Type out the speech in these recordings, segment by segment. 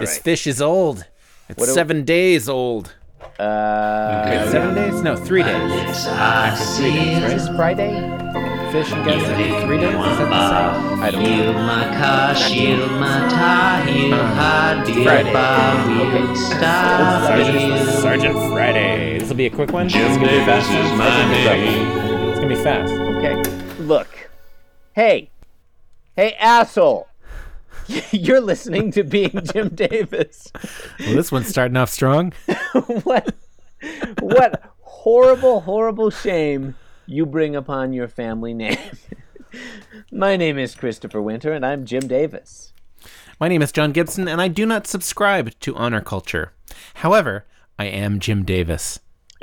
this fish is old. It's do- seven days old. Uh, Wait, seven days? No, three days. three days, right? This Friday, fish and guys have been three days. Is that the same? I don't know. Heal my car, shield my tie, heal high, dear Friday. Bob, we'll Uh, stop Sergeant, here. Sergeant Friday. This will be a quick one. It's gonna be Davis fast. is my name. It's gonna be fast. Okay. Look. Hey. Hey, asshole. You're listening to Being Jim Davis. Well, this one's starting off strong. what what horrible horrible shame you bring upon your family name my name is christopher winter and i'm jim davis My name is John Gibson, and I do not subscribe to honor culture. However, I am Jim Davis.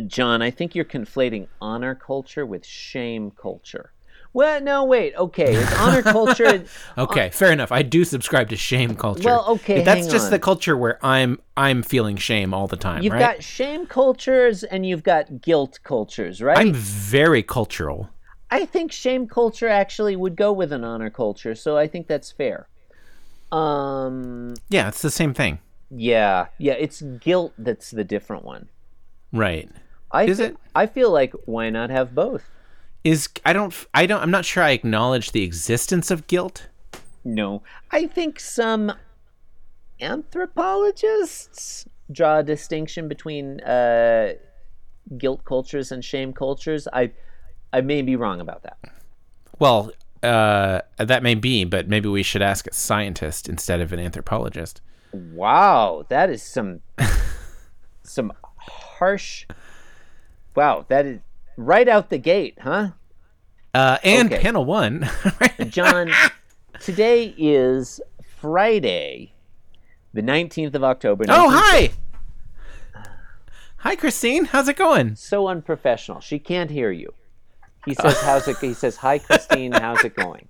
john i think you're conflating honor culture with shame culture well no wait okay is honor culture Okay, fair enough. I do subscribe to shame culture. Oh. Well, okay, But that's hang just on. the culture where I'm I'm feeling shame all the time, you've right? got shame cultures and you've got guilt cultures right I'm very cultural. I think shame culture actually would go with an honor culture so i think that's fair um Yeah, it's the same thing, yeah yeah it's guilt that's the different one right? I Is fe- it? I feel like why not have both? Is I don't I don't I'm not sure I acknowledge the existence of guilt. No, I think some anthropologists draw a distinction between uh, guilt cultures and shame cultures. I I may be wrong about that. Well, uh, that may be, but maybe we should ask a scientist instead of an anthropologist. Wow, that is some some harsh. Wow, that is right out the gate, huh? Uh, and Okay. panel one, John, today is Friday, the nineteenth of October. Oh, hi. Hi, Christine. How's it going? so unprofessional. She can't hear you. He says, "How's it?" He says, "Hi, Christine. How's it going?"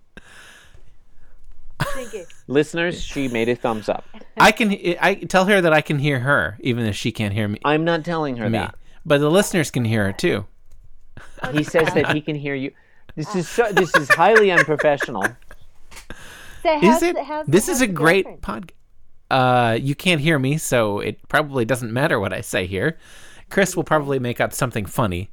Thank you. Listeners, she made a thumbs up. I can I tell her that I can hear her, even if she can't hear me. I'm not telling her me. that. But the listeners can hear her too. He says that he can hear you. This is so, this is highly unprofessional. So Is how's it? the- how's the- This is how's a the great girlfriend? podcast. Uh, you can't hear me, so it probably doesn't matter what I say here. Chris will probably make up something funny.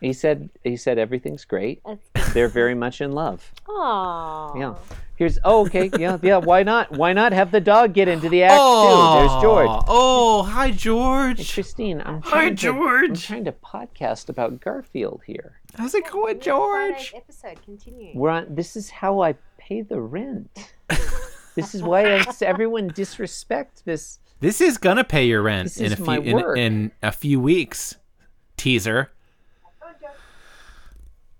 He said he said everything's great. That's- They're very much in love. Aw. Yeah. Here's oh okay yeah yeah why not why not have the dog get into the act too? There's George. Oh, hi, George. Christine, I'm trying To, I'm George. trying to podcast about Garfield here. How's it going, Friday's George? episode continue. We're on. This is how I pay the rent. this is why I, everyone disrespect this. This is gonna pay your rent This in is a few my work. in, in a few weeks. Teaser.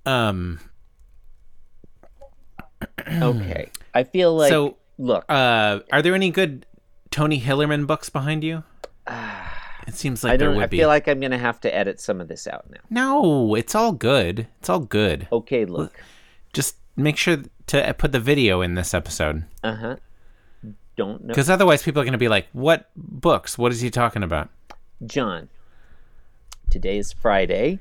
Um. Okay, I feel like. Mm. so, look, uh, are there any good Tony Hillerman books behind you? It seems like I there don't. would I be. feel like I'm gonna have to edit some of this out now. no, it's all good. It's all good. Okay, look. Just make sure to uh, put the video in this episode, Uh huh. Don't know, because otherwise people are gonna be like, "What books? What is he talking about?" John. Today is Friday,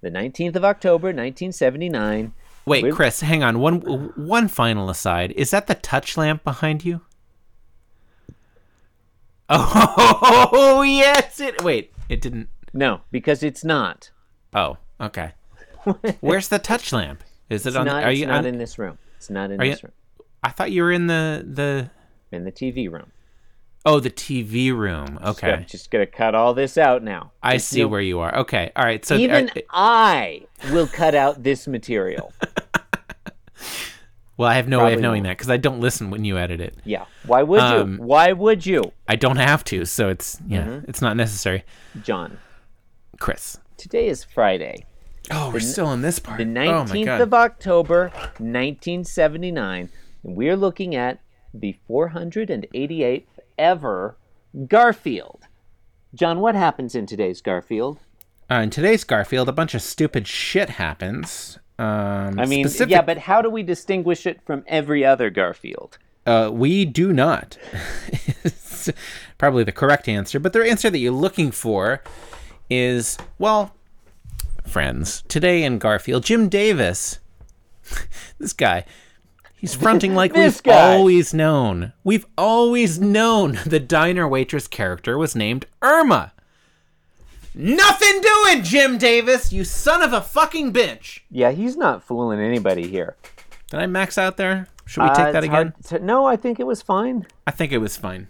the 19th of October, 1979. Wait, Wait. Chris, hang on. One one final aside. Is that the touch lamp behind you? Oh yes, it. Wait, it didn't. No, because it's not. Oh, okay. Where's the touch lamp? Is it It's on? not. are it's you? not on- in this room. It's not in Are you- this room. I thought you were in the the. In the TV room. Oh, the TV room. Okay, I'm just gonna cut all this out now. I Just see no- where you are. Okay, all right. So uh, Even are- I will cut out this material. well, I have no way of probably knowing won't. that because I don't listen when you edit it. Yeah. Why would Um, you? Why would you, I don't have to, so it's yeah, Mm-hmm. it's not necessary. John? Chris. Today is Friday, Oh, we're still in this part. the oh my 19th god. of October, 1979, and we're looking at the 488th ever Garfield. John, what happens in today's Garfield? Uh, in today's Garfield, a bunch of stupid shit happens. Um, I mean, specific- yeah, but how do we distinguish it from every other Garfield? uh, we do not. It's probably the correct answer, but the answer that you're looking for is well, friends. Today in Garfield, Jim Davis, this guy, He's fronting like This we've guy. always known. We've always known the diner waitress character was named Irma. Nothing doing, Jim Davis, you son of a fucking bitch. Yeah, he's not fooling anybody here. Did I max out there? Should we Uh, take that it's again? hard to- no, I think it was fine. I think it was fine.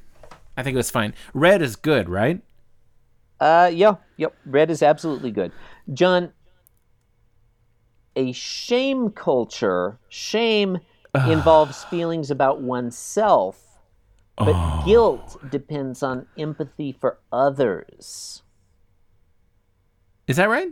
I think it was fine. Red is good, right? Uh, yeah, yep. Red is absolutely good. John, a shame culture, shame involves feelings about oneself, but Oh. guilt depends on empathy for others. Is that right?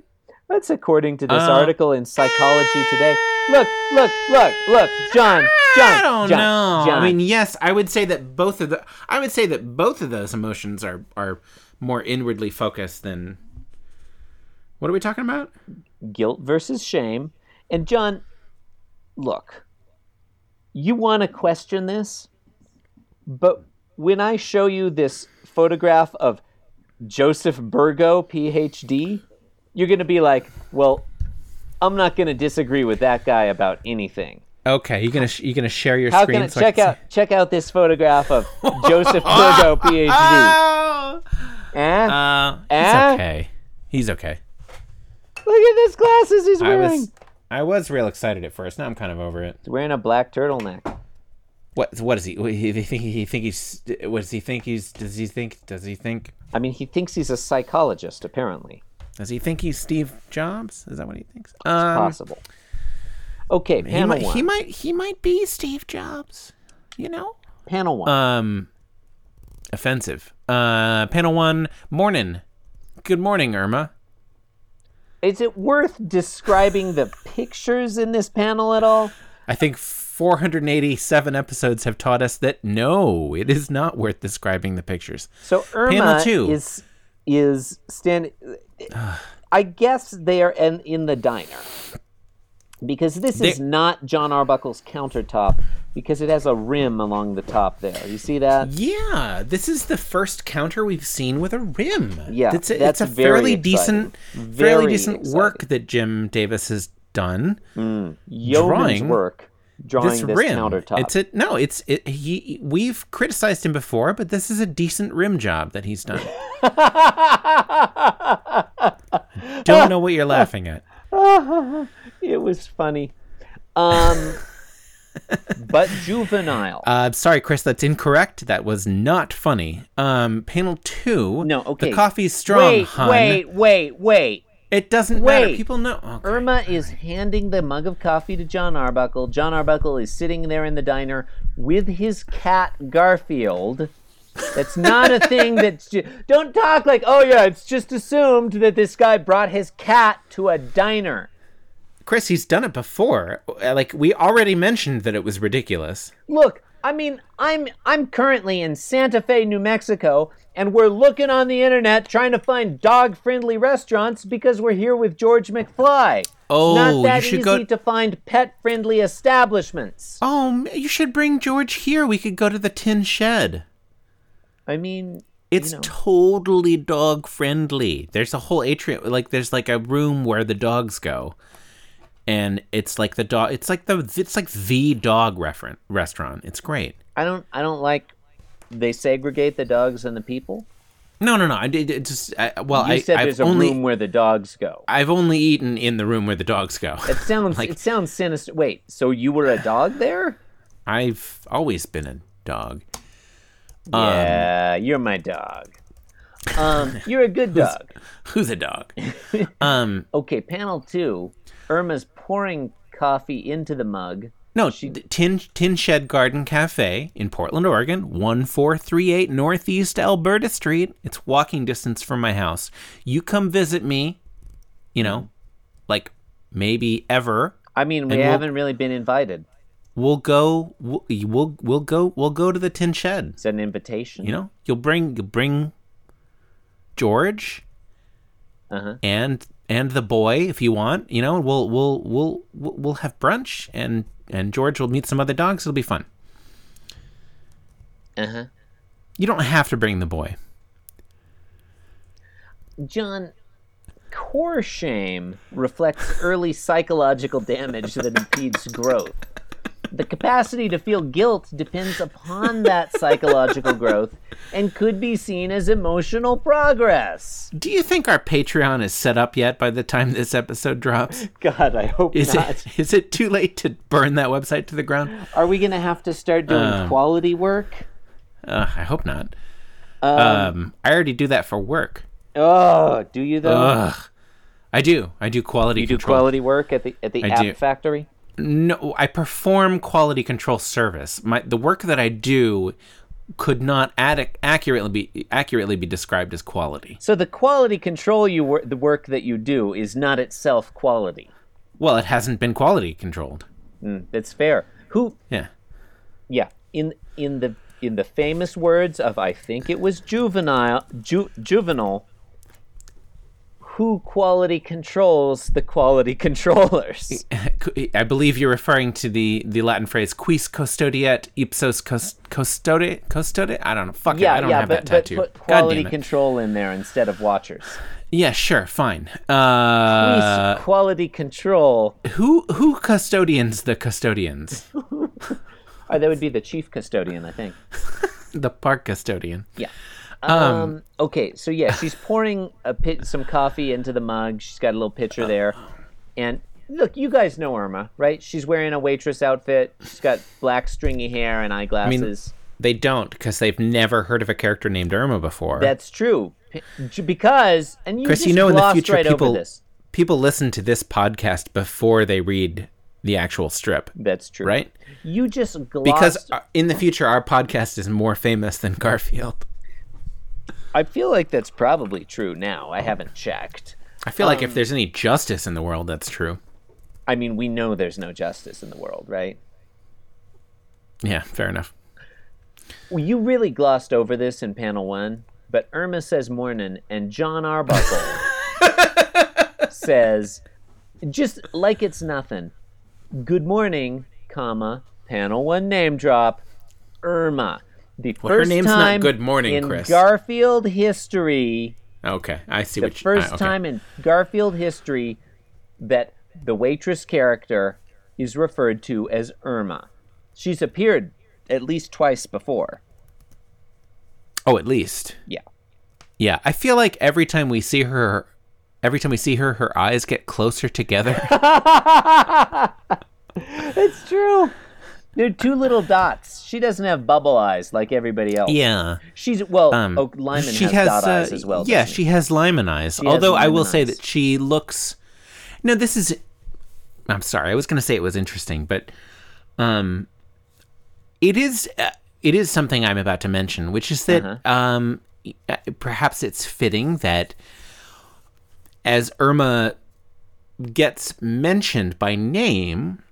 That's according to this Uh, article in Psychology Today. Look, look, look, look, John, John, I don't John, know. John. I mean, yes, I would say that both of the I would say that both of those emotions are are more inwardly focused than What are we talking about? guilt versus shame. And John, look, you want to question this, but when I show you this photograph of Joseph Burgo, PhD, you're going to be like, well, I'm not going to disagree with that guy about anything. Okay, you gonna sh- you gonna share your How screen? can I so check can out check out this photograph of Joseph Burgo, PhD? Oh, Eh? uh, Eh? he's okay. He's okay. Look at this glasses he's I wearing. was I was real excited at first. Now I'm kind of over it. He's wearing a black turtleneck. What what is he? He he think he think he's what does he think he's does he think does he think I mean, he thinks he's a psychologist, apparently. does he think he's Steve Jobs? Is that what he thinks? Um, possible. Okay, he panel might one. he might he might be Steve Jobs. You know? panel one. Um offensive. Uh panel 1 morning. Good morning, Irma. Is it worth describing the pictures in this panel at all? I think 487 episodes have taught us that no, it is not worth describing the pictures. So Irma two. is is standing. I guess they are in, in the diner because this is They- not John Arbuckle's countertop because it has a rim along the top there. You see that? Yeah, this is the first counter we've seen with a rim. Yeah, it's a, that's it's a very fairly exciting. decent, Very fairly decent work exciting. that Jim Davis has done. Yeoman's Drawing work drawing this, this rim, countertop. it's a no, it's it. He we've criticized him before, but this is a decent rim job that he's done. Don't know what you're laughing at. it was funny. Um, but juvenile. Uh, sorry, Chris, that's incorrect. That was not funny. Um, panel two. No, okay. The coffee's strong, wait, hun. wait, wait, wait. It doesn't matter. wait. People know. Oh, Okay. Irma is handing the mug of coffee to John Arbuckle. John Arbuckle is sitting there in the diner with his cat Garfield. That's not a thing that don't talk like, oh yeah, it's just assumed that this guy brought his cat to a diner. Chris, he's done it before. Uh, Like we already mentioned that it was ridiculous. Look, I mean, I'm I'm currently in Santa Fe, New Mexico, and we're looking on the internet trying to find dog-friendly restaurants because we're here with George McFly. Oh, Not that you should easy go- to find pet-friendly establishments. Oh, m- you should bring George here. We could go to the tin shed. I mean, It's know. totally dog friendly. There's a whole atrium, like there's like a room where the dogs go, and it's like the dog. It's like the it's like the dog referent restaurant. It's great. I don't I don't like they segregate the dogs and the people. No, no, no. I did it just. I, well, You I, said I've there's a only room where the dogs go. I've only eaten in the room where the dogs go. It sounds Like- it sounds sinister. Wait, so you were a dog there? I've always been a dog. Um, yeah, you're my dog. Um, you're a good dog. Who's a dog? um, Okay, panel two. Irma's pouring coffee into the mug. no, th- tin tin shed garden cafe in Portland, Oregon, one four three eight Northeast Alberta Street. It's walking distance from my house. You come visit me. You know, like maybe ever. I mean, we And we'll- haven't really been invited. We'll go. We'll, we'll we'll go. We'll go to the tin shed. It's an invitation. You know, you'll bring you'll bring George Uh-huh. and and the boy if you want. You know, and we'll we'll we'll we'll we'll have brunch and and George will meet some other dogs. It'll be fun. Uh-huh. You don't have to bring the boy. John, core shame reflects early psychological damage that impedes growth. The capacity to feel guilt depends upon that psychological growth and could be seen as emotional progress. Do you think our Patreon is set up yet by the time this episode drops? God, I hope Is not. it is it too late to burn that website to the ground? Are we going to have to start doing Um, quality work? Uh, I hope not. Um, I already do that for work. Oh, do you though? Ugh. I do. I do quality you do control. quality work at the at the I app do. factory? No, I perform quality control service. My the work that I do could not ad- accurately be accurately be described as quality. So the quality control you wor- the work that you do is not itself quality. Well, it hasn't been quality controlled. That's fair. Who Yeah. yeah, in in the in the famous words of I think it was juvenile ju- juvenile who quality controls the quality controllers? I believe you're referring to the, the Latin phrase quis custodiet ipsos cus- custode custode. I don't know. Fuck it. I Yeah, don't yeah, have but, that but tattoo. put God damn quality it. control in there instead of watchers. Yeah, sure, fine. Uh, Please, quality control. who who custodians the custodians? Oh, that would be the chief custodian, I think. the park custodian. Yeah. Um, okay, so yeah, she's pouring a pit some coffee into the mug. She's got a little pitcher there. And look, you guys know Irma, right? She's wearing a waitress outfit. She's got black stringy hair and eyeglasses. They don't because they've never heard of a character named Irma before. That's true. P- j- Because and you Chris, just you know in the glossed future right people- over this. People listen to this podcast before they read the actual strip, That's true. right? You just glossed Because uh, in the future, our podcast is more famous than Garfield. I feel like that's probably true now. I haven't checked. I feel like Um, if there's any justice in the world, that's true. I mean, we know there's no justice in the world, right? Yeah, fair enough. Well, you really glossed over this in panel one, but Irma says morning and John Arbuckle says, just like it's nothing, good morning, comma, panel one name drop, Irma. The Well, her first name's not time Good Morning, in Chris. Garfield history, Okay, I see the what you. first I- ah, okay. time in Garfield history that the waitress character is referred to as Irma. She's appeared at least twice before. Oh, at least. Yeah. Yeah, I feel like every time we see her, every time we see her, her eyes get closer together. It's true. They're two little dots. She doesn't have bubble eyes like everybody else. yeah. She's well, Um, oh, Lyman she has, has, dot uh, eyes as well. Yeah, doesn't she has Lyman eyes. has Although I will Lyman say eyes. that she looks. No, this is. I'm sorry. I was going to say it was interesting, but um, it is. Uh, it is something I'm about to mention, which is that Uh-huh. um, e- uh, perhaps it's fitting that as Irma gets mentioned by name.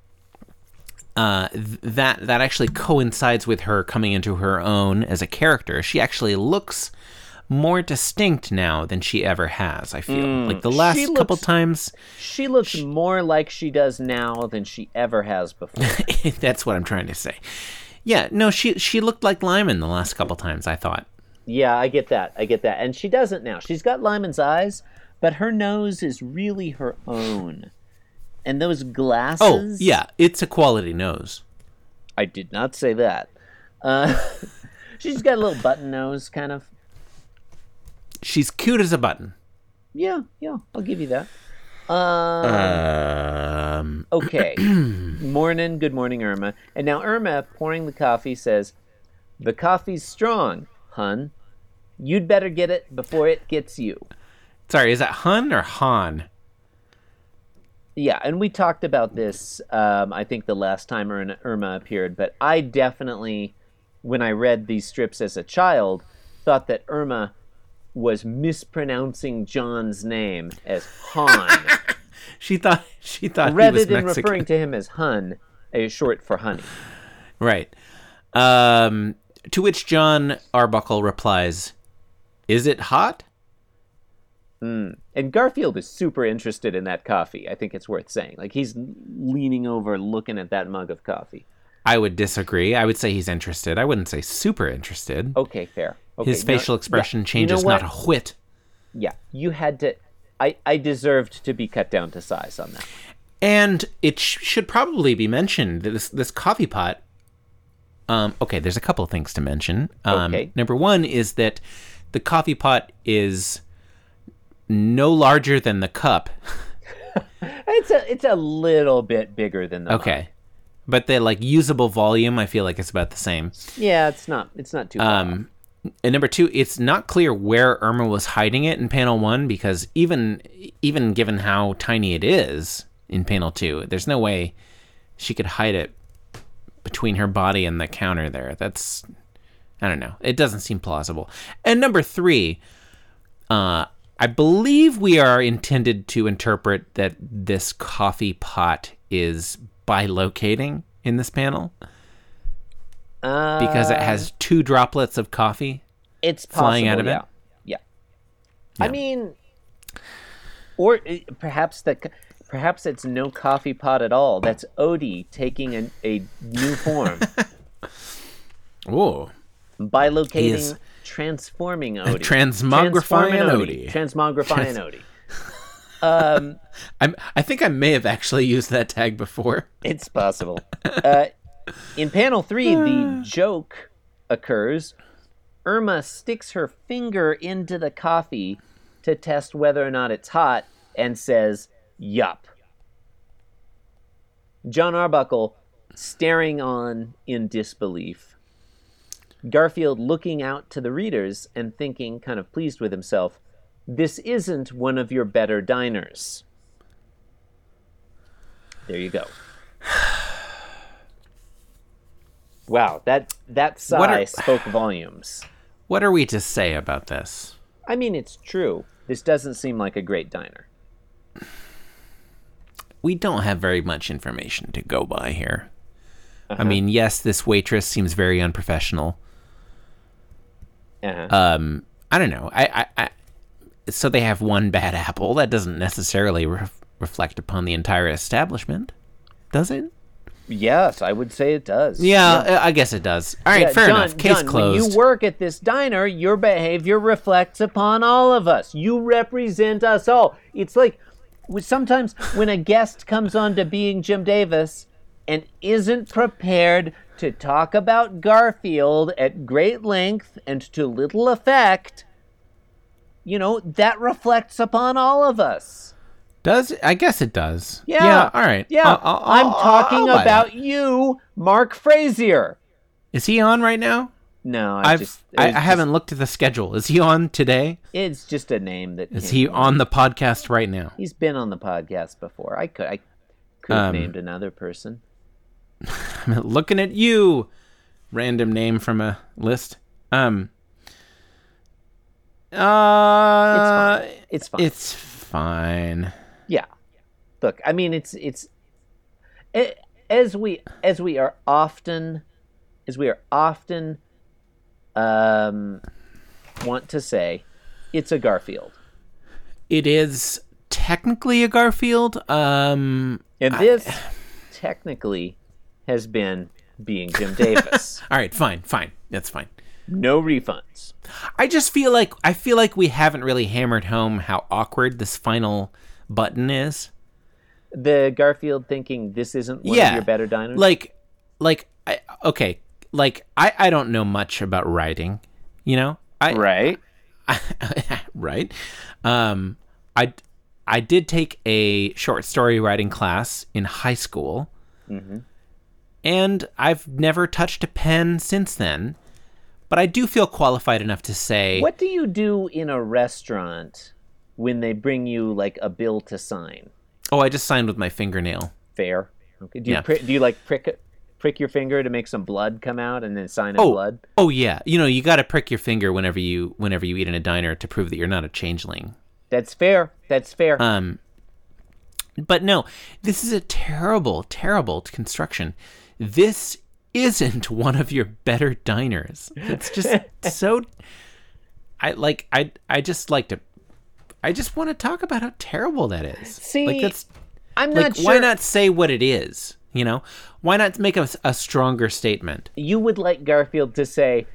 Uh, th- that that actually coincides with her coming into her own as a character. She actually looks more distinct now than she ever has. I feel like the last Mm, She couple looks- times. She looks more like she does now than she ever has before. that's what I'm trying to say. Yeah, no, she she looked like Lyman the last couple times. I thought. yeah, I get that. I get that. And she doesn't now. She's got Lyman's eyes, but her nose is really her own. And those glasses. Oh yeah, it's a quality nose. I did not say that. Uh, she's got a little button nose, kind of. She's cute as a button. Yeah, yeah, I'll give you that. Uh, Um, Okay. morning, good morning, Irma. And now Irma, pouring the coffee, says, The coffee's strong, hun. You'd better get it before it gets you. sorry, is that Hun or Han? Yeah, and we talked about this, um, I think, the last time Ir- Irma appeared, but I definitely, when I read these strips as a child, thought that Irma was mispronouncing John's name as Han. She thought she thought he rather was than Mexican. referring to him as Hun, is short for honey. Right. Um, to which John Arbuckle replies, "Is it hot?" And Garfield is super interested in that coffee. I think it's worth saying. Like he's leaning over, looking at that mug of coffee. I would disagree. I would say he's interested. I wouldn't say super interested. Okay, fair. Oh, Okay, His no- facial expression yeah, you know changes what? not a whit. Yeah, you had to. I I deserved to be cut down to size on that. And it sh- should probably be mentioned that this this coffee pot. Um, okay, there's a couple of things to mention. Um, Okay. Number one is that the coffee pot is no larger than the cup. It's a it's a little bit bigger than the mug. Okay, but the like usable volume, I feel like it's about the same. Yeah, it's not it's not too bad. Um, and number two, it's not clear where Irma was hiding it in panel one because even even given how tiny it is in panel two, there's no way she could hide it between her body and the counter there. That's I don't know. It doesn't seem plausible. And number three, uh, I believe we are intended to interpret that this coffee pot is bilocating in this panel Uh, because it has two droplets of coffee. it's possible, flying out of it? yeah. Yeah. I mean, or uh, perhaps the c- perhaps it's no coffee pot at all. That's Odie taking a, a new form, Whoa. He is- bilocating, transforming Odie, transmogrifying Transforming Odie. transmogrifying Odie. I'm, I think I may have actually used that tag before. It's possible. Uh, in panel three, the joke occurs. Irma sticks her finger into the coffee to test whether or not it's hot and says, Yup. John Arbuckle staring on in disbelief. Garfield looking out to the readers and thinking, kind of pleased with himself, this isn't one of your better diners. There you go. Wow, that that What sigh are- spoke volumes. What are we to say about this? I mean, it's true. This doesn't seem like a great diner. We don't have very much information to go by here. I mean, yes, this waitress seems very unprofessional. Uh-huh. Um, I don't know. I, I, I so they have one bad apple. That doesn't necessarily re- reflect upon the entire establishment, does it? yes, I would say it does. Yeah, I I guess it does. All right, Yeah, fair John, enough. Case John, closed. When you work at this diner, your behavior reflects upon all of us. You represent us all. It's like w- sometimes when a guest comes on to being Jim Davis and isn't prepared to talk about Garfield at great length and to little effect, you know, that reflects upon all of us. Does I guess it does? Yeah. all right. Yeah. I'll- I'll- am I'll- I'll talking buy that. about you, Mark Frazier. Is he on right now? No, I I've just it I, I was just- haven't looked at the schedule. Is he on today? It's just a name that Is came he to on the podcast right now? He's been on the podcast before. I could I could have Um, named another person. I'm looking at you. Random name from a list. Um. Uh, it's fine. It's fine. it's fine. yeah. Look, I mean, it's it's a- as we as we are often as we are often um want to say, it's a Garfield. It is technically a Garfield. Um. And this technically has been being Jim Davis. All right. Fine. Fine. That's fine. No refunds. I just feel like I feel like we haven't really hammered home how awkward this final button is. The Garfield thinking this isn't one of Yeah. your better diners. like like I, okay like I, I don't know much about writing you know i right. right um i i did take a short story writing class in high school Mm-hmm. and i've never touched a pen since then but i do feel qualified enough to say What do you do in a restaurant when they bring you like a bill to sign? oh i just signed with my fingernail Fair. Okay. Do you Yeah. pri- do you like prick it- prick your finger to make some blood come out and then sign in Oh, blood? oh yeah. You know, you got to prick your finger whenever you whenever you eat in a diner to prove that you're not a changeling. That's fair. That's fair. Um, but no, this is a terrible, terrible construction. This isn't one of your better diners. It's just so. I like. I I just like to. I just want to talk about how terrible that is. See, like that's I'm like not sure. why not say what it is? You know, why not make a, a stronger statement? You would like Garfield to say,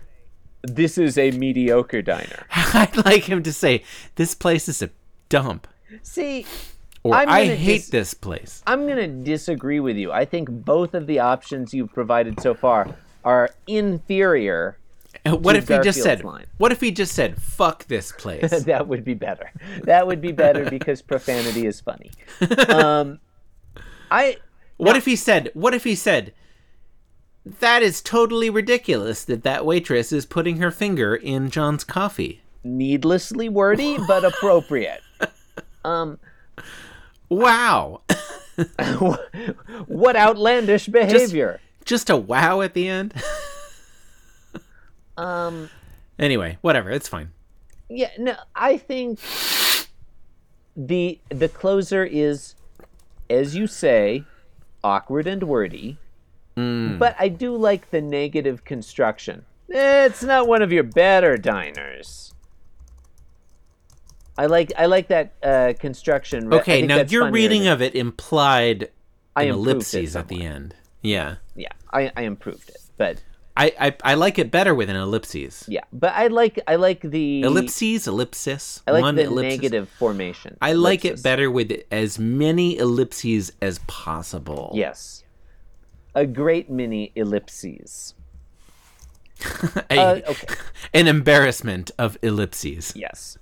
"This is a mediocre diner." I'd like him to say this place is a dump. See, Or I'm I gonna hate dis- this place. I'm going to disagree with you. I think both of the options you've provided so far are inferior. And Uh, What to if he just Garfield's said? line. What if he just said, "Fuck this place"? That would be better. That would be better because profanity is funny. Um, I what if he said? What if he said? That is totally ridiculous that that waitress is putting her finger in John's coffee. needlessly wordy but appropriate. Um, Wow. what outlandish behavior? just a wow at the end. Um, anyway, whatever. It's fine. yeah, no, I think the the closer is, as you say, awkward and wordy. Hmm. But I do like the negative construction. It's not one of your better diners. I like I like that uh, construction. I Okay, think now that's your funnier reading than- of it implied I an improved it ellipses at the end. Yeah. yeah, I, I improved it, but I, I, I like it better with an ellipses. yeah, but I like I like the Ellipses, ellipsis. I like one the ellipsis. negative formation. I like Ellipsis. it better with as many ellipses as possible. Yes. A great many ellipses. A- Uh, okay. An embarrassment of ellipses. Yes.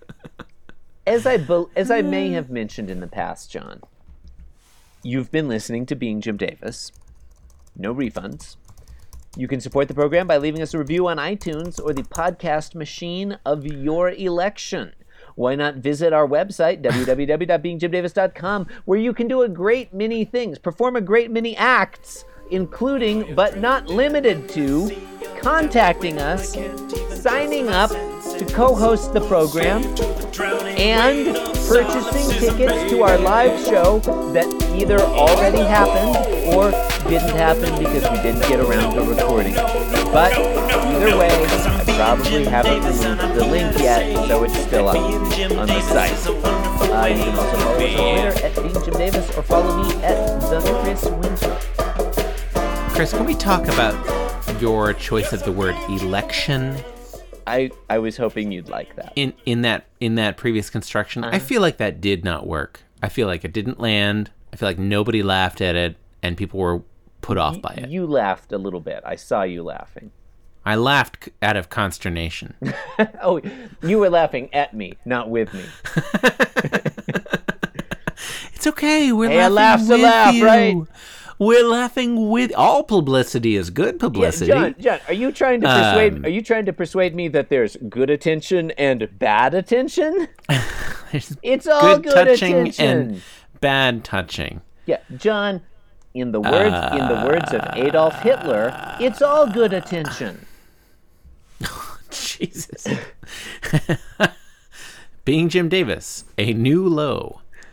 As I bel as I may have mentioned in the past, John, you've been listening to Being Jim Davis. No refunds. You can support the program by leaving us a review on iTunes or the podcast machine of your election. Why not visit our website, www.beingjimdavis.com, where you can do a great many things, perform a great many acts, including, but not limited to, contacting us, signing up to co host the program, and purchasing tickets to our live show that either already happened or didn't happen because we didn't get around to recording. it. But either way, I probably haven't removed the link yet, so it's still up on the site. Uh, you can also follow us on Twitter at Being Jim Davis or follow me at the Chris Winter. Chris, can we talk about your choice of the word election I, I was hoping you'd like that. in in that in that previous construction Uh-huh. i feel like that did not work i feel like it didn't land i feel like nobody laughed at it and people were put off by it You laughed a little bit. I saw you laughing. i laughed c- out of consternation Oh, you were laughing at me, not with me. it's okay we're Hey, a laughing laugh's a with laugh, you. right? we're laughing with all publicity is good Yeah, publicity John, John, are you trying to persuade? Um, are you trying to persuade me that there's good attention and bad attention? There's It's all good good, touching attention. and bad touching Yeah, John. In the words, in the words of Adolf Hitler, it's all good attention. jesus being jim davis a new low